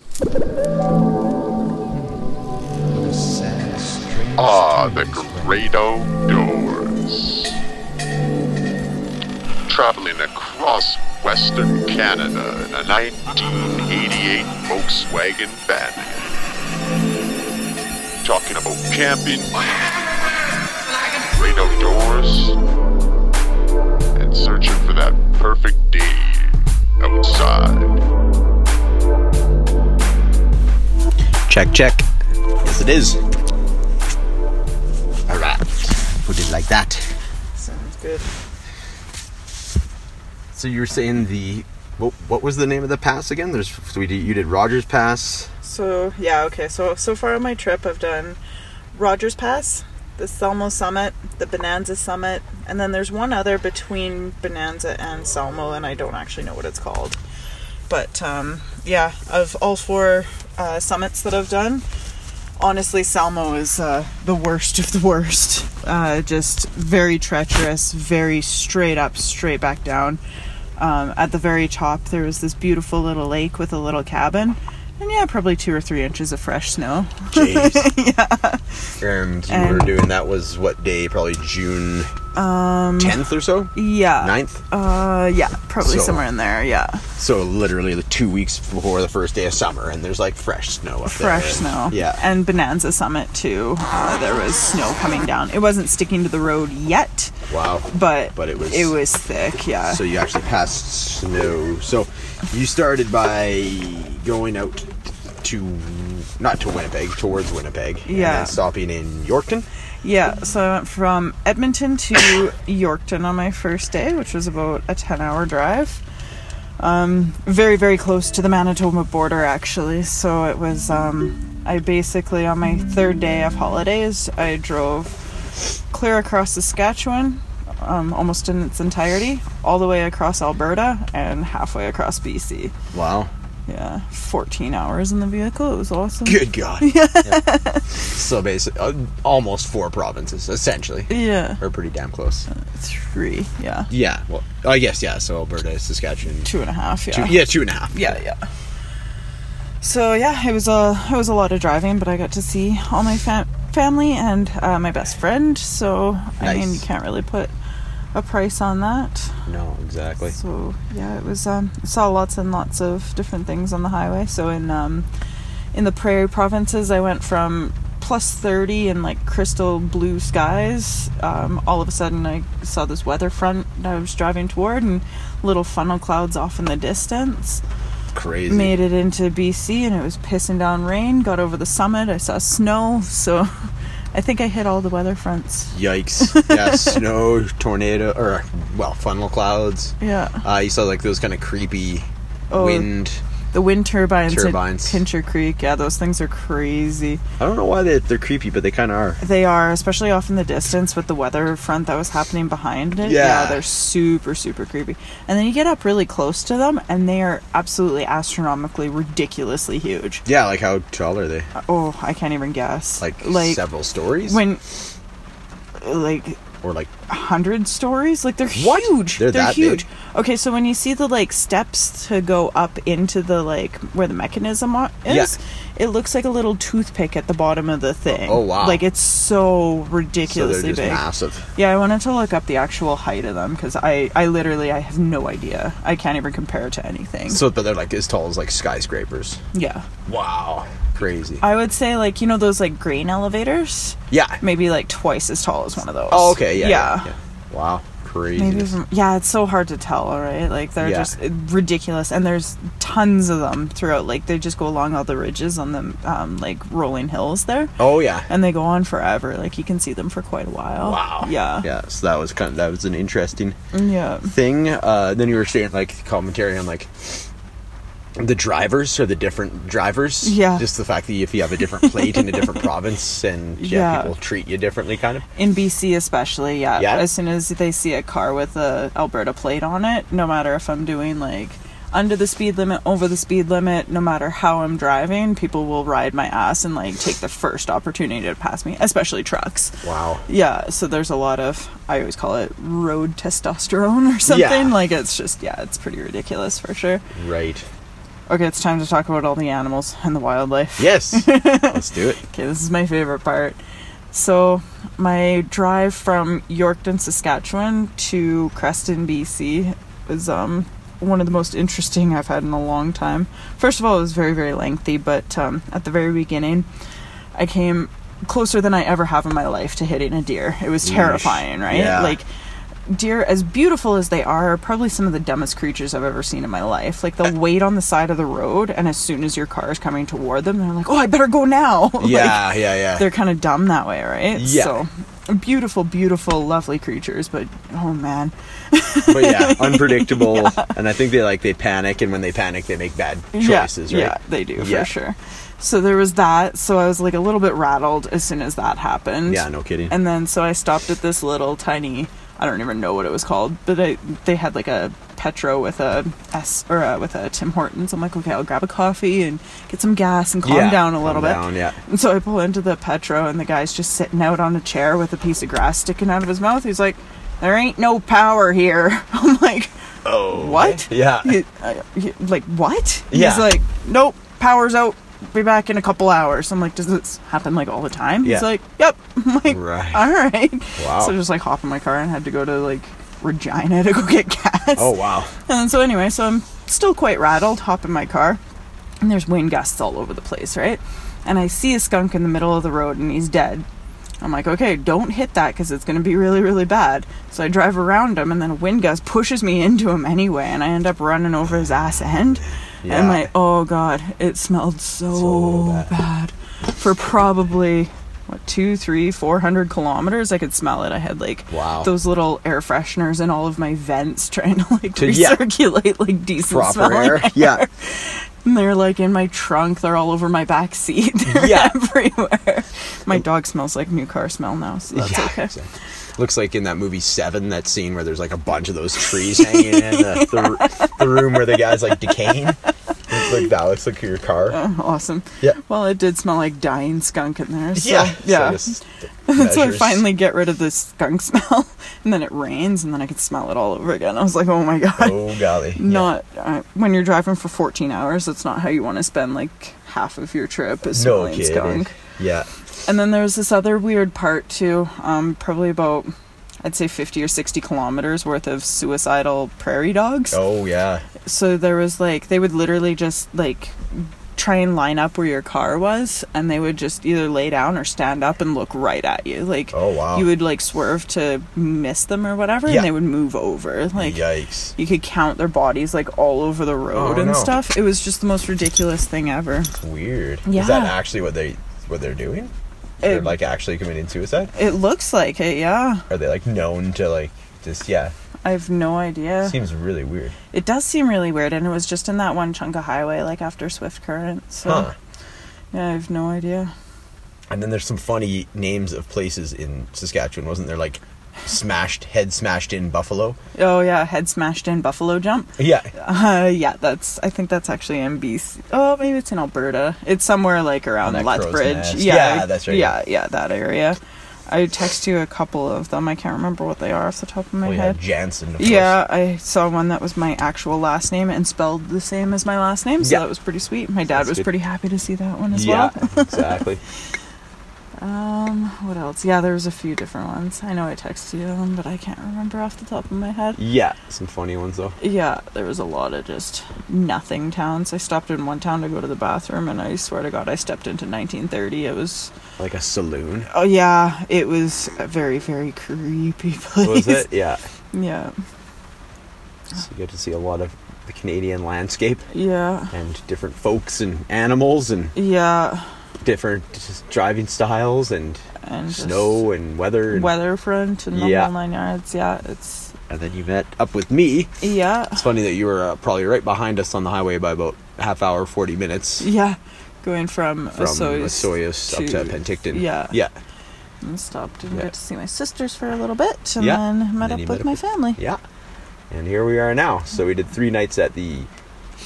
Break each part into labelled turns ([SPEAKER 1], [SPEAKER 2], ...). [SPEAKER 1] are Ah, the Grado Doors. Traveling across western Canada in a 1988 Volkswagen van. Talking about camping, Grado Doors, and searching for that perfect day outside.
[SPEAKER 2] Check, check. Yes, it is. All right. Put it like that.
[SPEAKER 3] Sounds good.
[SPEAKER 2] So you were saying the what, what was the name of the pass again? There's so we did, you did Rogers Pass.
[SPEAKER 3] So yeah, okay. So so far on my trip, I've done Rogers Pass, the Selmo Summit, the Bonanza Summit, and then there's one other between Bonanza and Selmo, and I don't actually know what it's called. But um, yeah, of all four uh, summits that I've done, honestly, Salmo is uh, the worst of the worst. Uh, just very treacherous, very straight up, straight back down. Um, at the very top, there was this beautiful little lake with a little cabin, and yeah, probably two or three inches of fresh snow.
[SPEAKER 2] Jeez. yeah. And you were
[SPEAKER 3] And-
[SPEAKER 2] doing that was what day? Probably June um, 10th or so?
[SPEAKER 3] Yeah.
[SPEAKER 2] 9th?
[SPEAKER 3] Uh, yeah, probably
[SPEAKER 2] So-
[SPEAKER 3] somewhere in there. Yeah,
[SPEAKER 2] So literally the two weeks before the first day of summer, and there's like fresh snow up there.
[SPEAKER 3] fresh snow.
[SPEAKER 2] Yeah.
[SPEAKER 3] and Bonanza Summit too. Uh, there was snow coming down. It wasn't sticking to the road yet,
[SPEAKER 2] wow.
[SPEAKER 3] but
[SPEAKER 2] But it was-
[SPEAKER 3] it was thick. Yeah.
[SPEAKER 2] So you actually passed snow. So you started by going out to not to Winnipeg, towards Winnipeg. and
[SPEAKER 3] Yeah.
[SPEAKER 2] then stopping in Yorkton.
[SPEAKER 3] Yeah, so I went from Edmonton to Yorkton on my first day, which was about a 10 hour drive. Um, very, very close to the Manitoba border, actually. So it was, um, I basically, on my third day of holidays, I drove clear across Saskatchewan, um, almost in its entirety, all the way across Alberta, and halfway across BC.
[SPEAKER 2] Wow.
[SPEAKER 3] Yeah, 14 hours in the vehicle. It was awesome.
[SPEAKER 2] Good God. Yeah. So basically, uh, almost four provinces, essentially,
[SPEAKER 3] Yeah,
[SPEAKER 2] or pretty damn close.
[SPEAKER 3] three. Yeah,
[SPEAKER 2] Yeah. Well, I guess yeah. So Alberta, Saskatchewan.
[SPEAKER 3] two and a half.
[SPEAKER 2] Two, yeah, two and a half.
[SPEAKER 3] yeah, yeah. So yeah, it was a it was a lot of driving, but I got to see all my fam- family and uh, my best friend. So I mean, you
[SPEAKER 2] Nice.
[SPEAKER 3] can't really put a price on that.
[SPEAKER 2] No, exactly.
[SPEAKER 3] So yeah, it was. Um, I saw lots and lots of different things on the highway. So in um, in the prairie provinces, I went from plus 30 and like crystal blue skies. Um, all of a sudden, I saw this weather front that I was driving toward, and little funnel clouds off in the distance
[SPEAKER 2] Crazy.
[SPEAKER 3] made it into BC and it was pissing down rain. Got over the summit, I saw snow, so I think I hit all the weather fronts.
[SPEAKER 2] Yikes. Yeah, snow, tornado, or, well, funnel clouds.
[SPEAKER 3] Yeah.
[SPEAKER 2] Uh, you saw, like, those kind of creepy
[SPEAKER 3] Oh.
[SPEAKER 2] wind.
[SPEAKER 3] The wind turbines,
[SPEAKER 2] Turbines.
[SPEAKER 3] at Pincher Creek, yeah, those things are crazy.
[SPEAKER 2] I don't know why they, they're creepy, but they kind of are.
[SPEAKER 3] They are, especially off in the distance with the weather front that was happening behind it.
[SPEAKER 2] Yeah.
[SPEAKER 3] they're super, super creepy. And then you get up really close to them and they are absolutely astronomically, ridiculously huge.
[SPEAKER 2] Yeah, like, how tall are they?
[SPEAKER 3] Oh, I can't even guess.
[SPEAKER 2] Like,
[SPEAKER 3] like
[SPEAKER 2] several stories?
[SPEAKER 3] when like
[SPEAKER 2] or, like,
[SPEAKER 3] hundred stories. Like they're
[SPEAKER 2] What?
[SPEAKER 3] huge.
[SPEAKER 2] They're
[SPEAKER 3] They're,
[SPEAKER 2] that
[SPEAKER 3] huge.
[SPEAKER 2] big?
[SPEAKER 3] Okay, so when you see the like steps to go up into the like where the mechanism wa- is, it looks like a little toothpick at the bottom of the thing.
[SPEAKER 2] Oh, wow.
[SPEAKER 3] Like it's so
[SPEAKER 2] so they're
[SPEAKER 3] ridiculously
[SPEAKER 2] just
[SPEAKER 3] big.
[SPEAKER 2] massive.
[SPEAKER 3] Yeah, I wanted to look up the actual height of them because I I literally I have no idea. I can't even compare it to anything.
[SPEAKER 2] So, but they're, like, as tall as, like, skyscrapers.
[SPEAKER 3] yeah,
[SPEAKER 2] Wow. Crazy.
[SPEAKER 3] I would say like you know those like grain elevators,
[SPEAKER 2] yeah.
[SPEAKER 3] maybe like twice as tall as one of those.
[SPEAKER 2] Oh, okay, yeah.
[SPEAKER 3] Yeah.
[SPEAKER 2] yeah. Wow. Crazy.
[SPEAKER 3] Maybe from, yeah, it's so hard to tell, all right? Like they're
[SPEAKER 2] Yeah.
[SPEAKER 3] just ridiculous, and there's tons of them throughout. Like they just go along all the ridges on the um, like rolling hills there,
[SPEAKER 2] oh, yeah.
[SPEAKER 3] and they go on forever. Like you can see them for quite a while.
[SPEAKER 2] Wow.
[SPEAKER 3] Yeah.
[SPEAKER 2] Yeah, so that was kind of, that was an interesting
[SPEAKER 3] Yeah.
[SPEAKER 2] thing. Uh, then you were saying like commentary on like the drivers or the different drivers.
[SPEAKER 3] Yeah.
[SPEAKER 2] Just the fact that if you have a different plate in a different province and yeah,
[SPEAKER 3] Yeah.
[SPEAKER 2] people treat you differently, kind of.
[SPEAKER 3] In BC, especially, yeah.
[SPEAKER 2] Yeah.
[SPEAKER 3] As soon as they see a car with a Alberta plate on it, no matter if I'm doing like under the speed limit, over the speed limit, no matter how I'm driving, people will ride my ass and like take the first opportunity to pass me, especially trucks.
[SPEAKER 2] Wow.
[SPEAKER 3] Yeah, so there's a lot of I always call it road testosterone or something.
[SPEAKER 2] Yeah.
[SPEAKER 3] Like it's just yeah, it's pretty ridiculous for sure.
[SPEAKER 2] Right.
[SPEAKER 3] Okay, it's time to talk about all the animals and the wildlife.
[SPEAKER 2] Yes. Let's do it.
[SPEAKER 3] Okay, this is my favorite part. So my drive from Yorkton, Saskatchewan to Creston, BC was um, one of the most interesting I've had in a long time. First of all, it was very, very lengthy, but um, at the very beginning, I came closer than I ever have in my life to hitting a deer. It was terrifying, right?
[SPEAKER 2] Yeah.
[SPEAKER 3] Like, deer, as beautiful as they are, are probably some of the dumbest creatures I've ever seen in my life. Like, they'll wait on the side of the road, and as soon as your car is coming toward them, they're like, oh, I better go now. Like,
[SPEAKER 2] yeah, yeah, yeah.
[SPEAKER 3] they're kind of dumb that way, right?
[SPEAKER 2] Yeah.
[SPEAKER 3] So, beautiful, beautiful, lovely creatures, but oh man.
[SPEAKER 2] but yeah, unpredictable. And I think they like they panic, and when they panic, they make bad choices,
[SPEAKER 3] yeah,
[SPEAKER 2] right?
[SPEAKER 3] Yeah, they do
[SPEAKER 2] Yeah.
[SPEAKER 3] for sure. So there was that. So I was like a little bit rattled as soon as that happened.
[SPEAKER 2] Yeah, no kidding.
[SPEAKER 3] And then so I stopped at this little tiny. I don't even know what it was called, but I, they had like a Petro with a S or a, with a Tim Hortons. I'm like, okay, I'll grab a coffee and get some gas and calm
[SPEAKER 2] Yeah,
[SPEAKER 3] down a little
[SPEAKER 2] calm down,
[SPEAKER 3] bit.
[SPEAKER 2] yeah.
[SPEAKER 3] And so I pull into the Petro, and the guy's just sitting out on a chair with a piece of grass sticking out of his mouth. He's like, "There ain't no power here." I'm like,
[SPEAKER 2] Oh,
[SPEAKER 3] what?
[SPEAKER 2] Yeah.
[SPEAKER 3] He- I- he- like, what?
[SPEAKER 2] Yeah.
[SPEAKER 3] He's like, nope, power's out. Be back in a couple hours. I'm like, does this happen like all the time?
[SPEAKER 2] Yeah.
[SPEAKER 3] He's like, yep. I'm like,
[SPEAKER 2] Right.
[SPEAKER 3] all right.
[SPEAKER 2] Wow.
[SPEAKER 3] So I just like hop in my car and had to go to like Regina to go get gas.
[SPEAKER 2] Oh wow.
[SPEAKER 3] And so anyway, so I'm still quite rattled, hop in my car, and there's wind gusts all over the place, right? And I see a skunk in the middle of the road and he's dead. I'm like, okay, don't hit that because it's going to be really, really bad. So I drive around him, and then a wind gust pushes me into him anyway, and I end up running over his ass end.
[SPEAKER 2] Yeah.
[SPEAKER 3] And my, oh God, it smelled so,
[SPEAKER 2] So
[SPEAKER 3] bad. For probably, what, two, three, four hundred kilometers, I could smell it. I had like
[SPEAKER 2] Wow.
[SPEAKER 3] those little air fresheners in all of my vents trying to like
[SPEAKER 2] To- yeah.
[SPEAKER 3] recirculate like decent
[SPEAKER 2] Proper
[SPEAKER 3] smelling
[SPEAKER 2] air. Yeah.
[SPEAKER 3] and they're like in my trunk. They're all over my back seat. They're
[SPEAKER 2] Yeah.
[SPEAKER 3] everywhere. My dog smells like new car smell now, so that's
[SPEAKER 2] yeah.
[SPEAKER 3] okay.
[SPEAKER 2] exactly. Looks like in that movie Seven, that scene where there's like a bunch of those trees hanging in the, the, r- the room where the guy's like decaying. Looks like that looks like your car.
[SPEAKER 3] Awesome.
[SPEAKER 2] Yeah.
[SPEAKER 3] Well, it did smell like dying skunk in there. So,
[SPEAKER 2] yeah.
[SPEAKER 3] Yeah.
[SPEAKER 2] So,
[SPEAKER 3] And
[SPEAKER 2] just
[SPEAKER 3] so I
[SPEAKER 2] measures.
[SPEAKER 3] finally get rid of the skunk smell, and then it rains, and then I could smell it all over again. I was like, oh my god.
[SPEAKER 2] Oh golly. Yeah.
[SPEAKER 3] Not uh, when you're driving for 14 hours. That's not how you want to spend like half of your trip. Is
[SPEAKER 2] no
[SPEAKER 3] smelling
[SPEAKER 2] kidding.
[SPEAKER 3] skunk.
[SPEAKER 2] Yeah.
[SPEAKER 3] And then there was this other weird part too. Um, probably about, I'd say, 50 or 60 kilometers worth of suicidal prairie dogs.
[SPEAKER 2] Oh yeah.
[SPEAKER 3] So there was like, they would literally just like try and line up where your car was, and they would just either lay down or stand up and look right at you. Like,
[SPEAKER 2] Oh, wow.
[SPEAKER 3] you would like swerve to miss them or whatever,
[SPEAKER 2] Yeah.
[SPEAKER 3] and they would move over. Like,
[SPEAKER 2] Yikes.
[SPEAKER 3] you could count their bodies like all over the road
[SPEAKER 2] Oh,
[SPEAKER 3] and
[SPEAKER 2] no.
[SPEAKER 3] stuff. It was just the most ridiculous thing ever.
[SPEAKER 2] Weird. Is
[SPEAKER 3] Yeah.
[SPEAKER 2] that actually what they what they're doing? they're like actually committing suicide?
[SPEAKER 3] It looks like it, yeah.
[SPEAKER 2] Are they like known to like just yeah?
[SPEAKER 3] I have no idea.
[SPEAKER 2] Seems really weird.
[SPEAKER 3] It does seem really weird, and it was just in that one chunk of highway, like after Swift Current. So
[SPEAKER 2] Huh.
[SPEAKER 3] yeah, I have no idea.
[SPEAKER 2] And then there's some funny names of places in Saskatchewan, wasn't there? Like smashed head smashed in buffalo. Oh,
[SPEAKER 3] Oh yeah, head smashed in buffalo jump.
[SPEAKER 2] Yeah.
[SPEAKER 3] Uh, yeah, that's. I think that's actually in BC. Oh, maybe it's in Alberta. It's somewhere like around
[SPEAKER 2] On that crow's
[SPEAKER 3] Lethbridge.
[SPEAKER 2] nest.
[SPEAKER 3] Yeah,
[SPEAKER 2] Yeah, that's right,
[SPEAKER 3] Yeah,
[SPEAKER 2] yeah.
[SPEAKER 3] yeah, that area. I text you a couple of them. I can't remember what they are off the top of my
[SPEAKER 2] Oh yeah,
[SPEAKER 3] head.
[SPEAKER 2] Jansen. Of course.
[SPEAKER 3] Yeah, I saw one that was my actual last name and spelled the same as my last name, so
[SPEAKER 2] Yeah.
[SPEAKER 3] that was pretty sweet. My dad
[SPEAKER 2] That's
[SPEAKER 3] was
[SPEAKER 2] good.
[SPEAKER 3] pretty happy to see that one as
[SPEAKER 2] Yeah.
[SPEAKER 3] well.
[SPEAKER 2] exactly.
[SPEAKER 3] Um, what else? Yeah, there was a few different ones. I know I texted you them, but I can't remember off the top of my head.
[SPEAKER 2] Yeah. Some funny ones though.
[SPEAKER 3] Yeah, there was a lot of just nothing towns. I stopped in one town to go to the bathroom, and I swear to God, I stepped into 1930. It was,
[SPEAKER 2] Like a saloon.
[SPEAKER 3] oh yeah, it was a very, very creepy place.
[SPEAKER 2] Was it? Yeah.
[SPEAKER 3] Yeah,
[SPEAKER 2] So you get to see a lot of the Canadian landscape
[SPEAKER 3] yeah,
[SPEAKER 2] and different folks and animals and
[SPEAKER 3] yeah.
[SPEAKER 2] different just driving styles and,
[SPEAKER 3] And just
[SPEAKER 2] snow and weather. And,
[SPEAKER 3] weather front, and the
[SPEAKER 2] Yeah.
[SPEAKER 3] whole nine yards. Yeah, it's
[SPEAKER 2] and then you met up with me.
[SPEAKER 3] yeah,
[SPEAKER 2] It's funny that you were uh, probably right behind us on the highway by about half hour, 40 minutes.
[SPEAKER 3] yeah. Going from,
[SPEAKER 2] from
[SPEAKER 3] Osoyoos
[SPEAKER 2] Osoyoos up to Penticton.
[SPEAKER 3] Yeah.
[SPEAKER 2] Yeah.
[SPEAKER 3] and stopped and
[SPEAKER 2] Yeah.
[SPEAKER 3] got to see my sisters for a little bit and
[SPEAKER 2] Yeah.
[SPEAKER 3] then met
[SPEAKER 2] And then
[SPEAKER 3] up
[SPEAKER 2] you
[SPEAKER 3] with
[SPEAKER 2] met up
[SPEAKER 3] my
[SPEAKER 2] with-
[SPEAKER 3] family.
[SPEAKER 2] Yeah. And here we are now. So we did three nights at the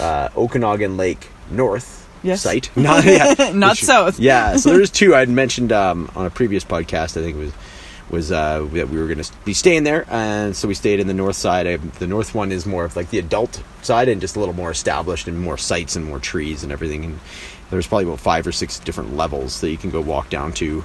[SPEAKER 2] uh, Okanagan Lake North
[SPEAKER 3] Yes.
[SPEAKER 2] site. Not, yeah,
[SPEAKER 3] Not
[SPEAKER 2] which-
[SPEAKER 3] south.
[SPEAKER 2] Yeah. So there's two I'd mentioned um, on a previous podcast. I think it was was uh, that we were going to be staying there, and so we stayed in the north side. I, the north one is more of like the adult side and just a little more established and more sites and more trees and everything. And there's probably about five or six different levels that you can go walk down to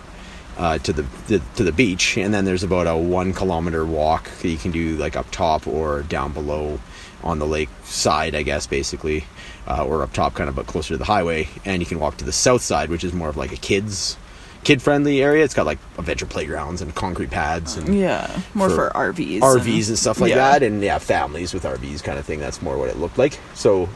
[SPEAKER 2] uh, to the, the to the beach, and then there's about a one kilometer walk that you can do like up top or down below on the lake side, I guess, basically, uh, or up top, kind of, but closer to the highway. And you can walk to the south side, which is more of like a kids kid friendly area. It's got like adventure playgrounds and concrete pads and
[SPEAKER 3] Yeah, more for, RVs.
[SPEAKER 2] RVs and stuff like
[SPEAKER 3] yeah.
[SPEAKER 2] that, and yeah, families with RVs kind of thing. That's more what it looked like. So,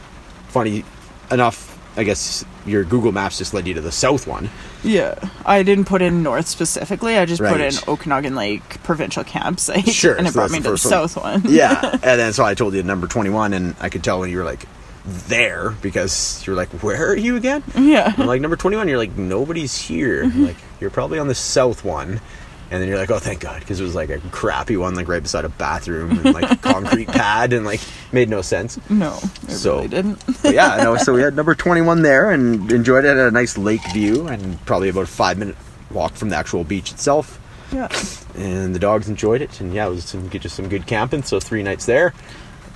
[SPEAKER 2] funny enough, I guess your Google Maps just led you to the south one.
[SPEAKER 3] Yeah, I didn't put in north specifically. I just put in
[SPEAKER 2] Right.
[SPEAKER 3] Okanagan Lake provincial campsite.
[SPEAKER 2] Sure,
[SPEAKER 3] and it
[SPEAKER 2] so
[SPEAKER 3] brought
[SPEAKER 2] that's
[SPEAKER 3] me
[SPEAKER 2] the
[SPEAKER 3] to the
[SPEAKER 2] first one.
[SPEAKER 3] south one.
[SPEAKER 2] Yeah, and then so I told you number twenty one, and I could tell when you were like there because you were like, "Where are you again?"
[SPEAKER 3] Yeah.
[SPEAKER 2] I'm like number twenty one. You're like, "Nobody's here." I'm Like you're probably on the south one. And then you're like, oh, thank God, because it was like a crappy one, like right beside a bathroom and like a concrete pad, and like made no sense.
[SPEAKER 3] No, it
[SPEAKER 2] So-
[SPEAKER 3] really didn't.
[SPEAKER 2] But yeah, no. So we had number twenty-one there and enjoyed it at a nice lake view and probably about a five-minute walk from the actual beach itself.
[SPEAKER 3] Yeah.
[SPEAKER 2] And the dogs enjoyed it, and yeah, it was some good, just some good camping. So three nights there,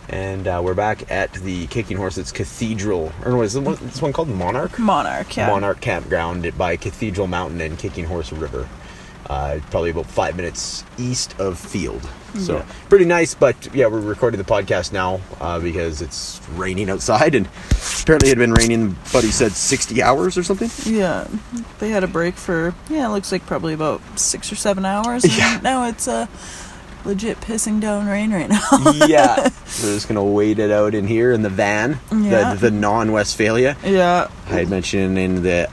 [SPEAKER 2] and uh, we're back at the Kicking Horses Cathedral, or no, is this one, this one called Monarch?
[SPEAKER 3] Monarch, yeah.
[SPEAKER 2] Monarch Campground by Cathedral Mountain and Kicking Horse River. Uh, probably about five minutes east of Field. So
[SPEAKER 3] Yeah.
[SPEAKER 2] pretty nice, but yeah, we're recording the podcast now uh, because it's raining outside, and apparently it had been raining. Buddy said sixty hours or something.
[SPEAKER 3] Yeah. They had a break for, yeah, it looks like probably about six or seven hours. and
[SPEAKER 2] Yeah.
[SPEAKER 3] Now it's uh, legit pissing down rain right now.
[SPEAKER 2] yeah, we're just gonna wait it out in here in the van,
[SPEAKER 3] Yeah.
[SPEAKER 2] the, the non-Westphalia.
[SPEAKER 3] yeah.
[SPEAKER 2] I had mentioned in the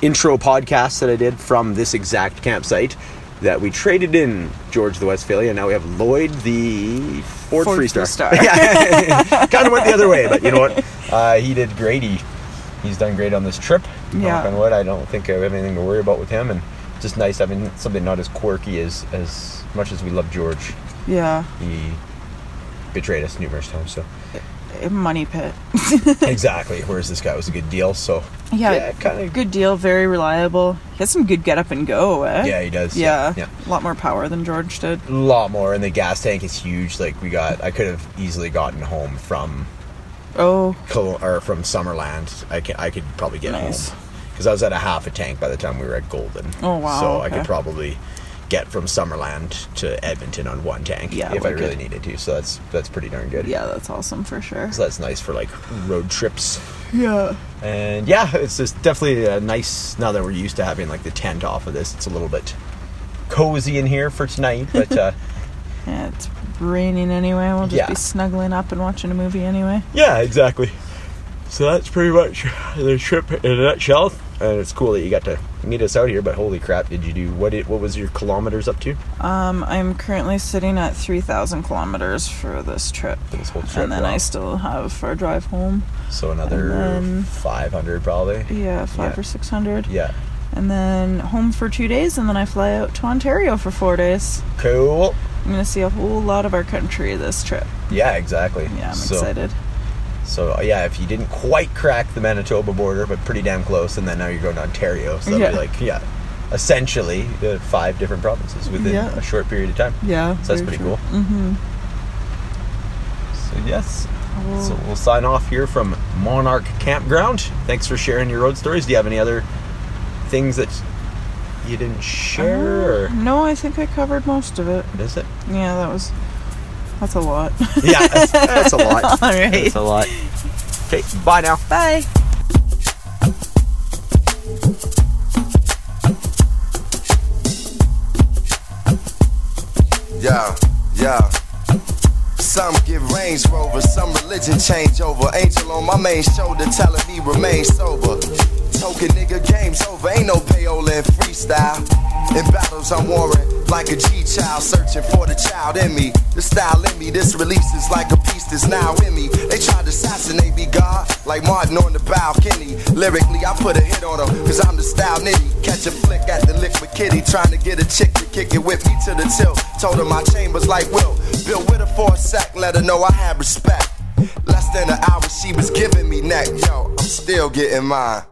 [SPEAKER 2] intro podcast that I did from this exact campsite that we traded in George the Westphalia. Now we have Lloyd the Ford,
[SPEAKER 3] Ford
[SPEAKER 2] Freestar.
[SPEAKER 3] Freestar.
[SPEAKER 2] yeah, kind of went the other way, but you know what? Uh, he did great. He, he's done great on this trip.
[SPEAKER 3] Yeah.
[SPEAKER 2] Knock on wood. I don't think I have anything to worry about with him, and just nice having something not as quirky as as much as we love George.
[SPEAKER 3] Yeah.
[SPEAKER 2] He betrayed us numerous times, so.
[SPEAKER 3] A Money pit.
[SPEAKER 2] exactly. Whereas this guy was a good deal, so
[SPEAKER 3] Yeah.
[SPEAKER 2] kind of
[SPEAKER 3] Good deal. Very reliable. He has some good get up and go, eh?
[SPEAKER 2] Yeah, he does.
[SPEAKER 3] Yeah.
[SPEAKER 2] yeah.
[SPEAKER 3] A lot more power than George did.
[SPEAKER 2] A lot more, and the gas tank is huge. Like we got, I could have easily gotten home from
[SPEAKER 3] Oh,
[SPEAKER 2] Col- or from Summerland. I can, I could probably get
[SPEAKER 3] Nice.
[SPEAKER 2] home because I was at a half a tank by the time we were at Golden.
[SPEAKER 3] Oh, wow,
[SPEAKER 2] So I
[SPEAKER 3] okay.
[SPEAKER 2] could probably get from Summerland to Edmonton on one tank
[SPEAKER 3] Yeah,
[SPEAKER 2] if I
[SPEAKER 3] wicked.
[SPEAKER 2] really needed to. So that's that's pretty darn good.
[SPEAKER 3] yeah, that's awesome for sure.
[SPEAKER 2] So that's nice for like road trips.
[SPEAKER 3] Yeah.
[SPEAKER 2] And yeah, it's just definitely a nice. Now that we're used to having like the tent off of this, it's a little bit cozy in here for tonight. But uh,
[SPEAKER 3] Yeah, it's raining anyway. We'll just
[SPEAKER 2] Yeah.
[SPEAKER 3] be snuggling up and watching a movie anyway.
[SPEAKER 2] yeah, exactly. So that's pretty much the trip in a nutshell. And it's cool that you got to meet us out here. But holy crap, did you do what? Did, what was your kilometers up to?
[SPEAKER 3] Um, I'm currently sitting at 3,000 kilometers for this trip.
[SPEAKER 2] This whole trip,
[SPEAKER 3] And then
[SPEAKER 2] wow.
[SPEAKER 3] I still have for a drive home.
[SPEAKER 2] So another
[SPEAKER 3] And then-
[SPEAKER 2] 500 probably.
[SPEAKER 3] Yeah, five
[SPEAKER 2] Yeah.
[SPEAKER 3] or 600.
[SPEAKER 2] Yeah.
[SPEAKER 3] And then home for two days, and then I fly out to Ontario for four days.
[SPEAKER 2] Cool.
[SPEAKER 3] I'm going to see a whole lot of our country this trip.
[SPEAKER 2] Yeah, exactly.
[SPEAKER 3] Yeah, I'm
[SPEAKER 2] So-
[SPEAKER 3] excited.
[SPEAKER 2] So yeah, if you didn't quite crack the Manitoba border, but pretty damn close, and then now you're going to Ontario, so that'd
[SPEAKER 3] Yeah.
[SPEAKER 2] be like yeah, essentially uh, five different provinces within
[SPEAKER 3] Yeah.
[SPEAKER 2] a short period of time.
[SPEAKER 3] Yeah.
[SPEAKER 2] So that's
[SPEAKER 3] very
[SPEAKER 2] pretty cool.
[SPEAKER 3] true.
[SPEAKER 2] Mm-hmm. So yes,
[SPEAKER 3] Cool.
[SPEAKER 2] so we'll sign off here from Monarch Campground. Thanks for sharing your road stories. Do you have any other things that you didn't share? or
[SPEAKER 3] No, I think I covered most of it.
[SPEAKER 2] Is it?
[SPEAKER 3] Yeah, that was. That's a lot.
[SPEAKER 2] Yeah, that's, that's a lot.
[SPEAKER 3] All right.
[SPEAKER 2] That's a lot. Okay, bye now.
[SPEAKER 3] Bye.
[SPEAKER 4] Yeah, yeah. Some get Range Rover, some religion change over. Angel on my main shoulder telling me remain sober. Token nigga, game's over. Ain't no payola in freestyle. In battles, I'm warring like a G child, searching for the child in me. The style in me, this release is like a piece that's now in me. They tried to assassinate me, God, like Martin on the balcony. Lyrically, I put a hit on them, cause I'm the style nitty. Catch a flick at the liquid kitty, trying to get a chick to kick it with me to the tilt. Told her my chambers like Will. Bill with her for a sec, let her know I had respect. Less than an hour, she was giving me neck. Yo, I'm still getting mine.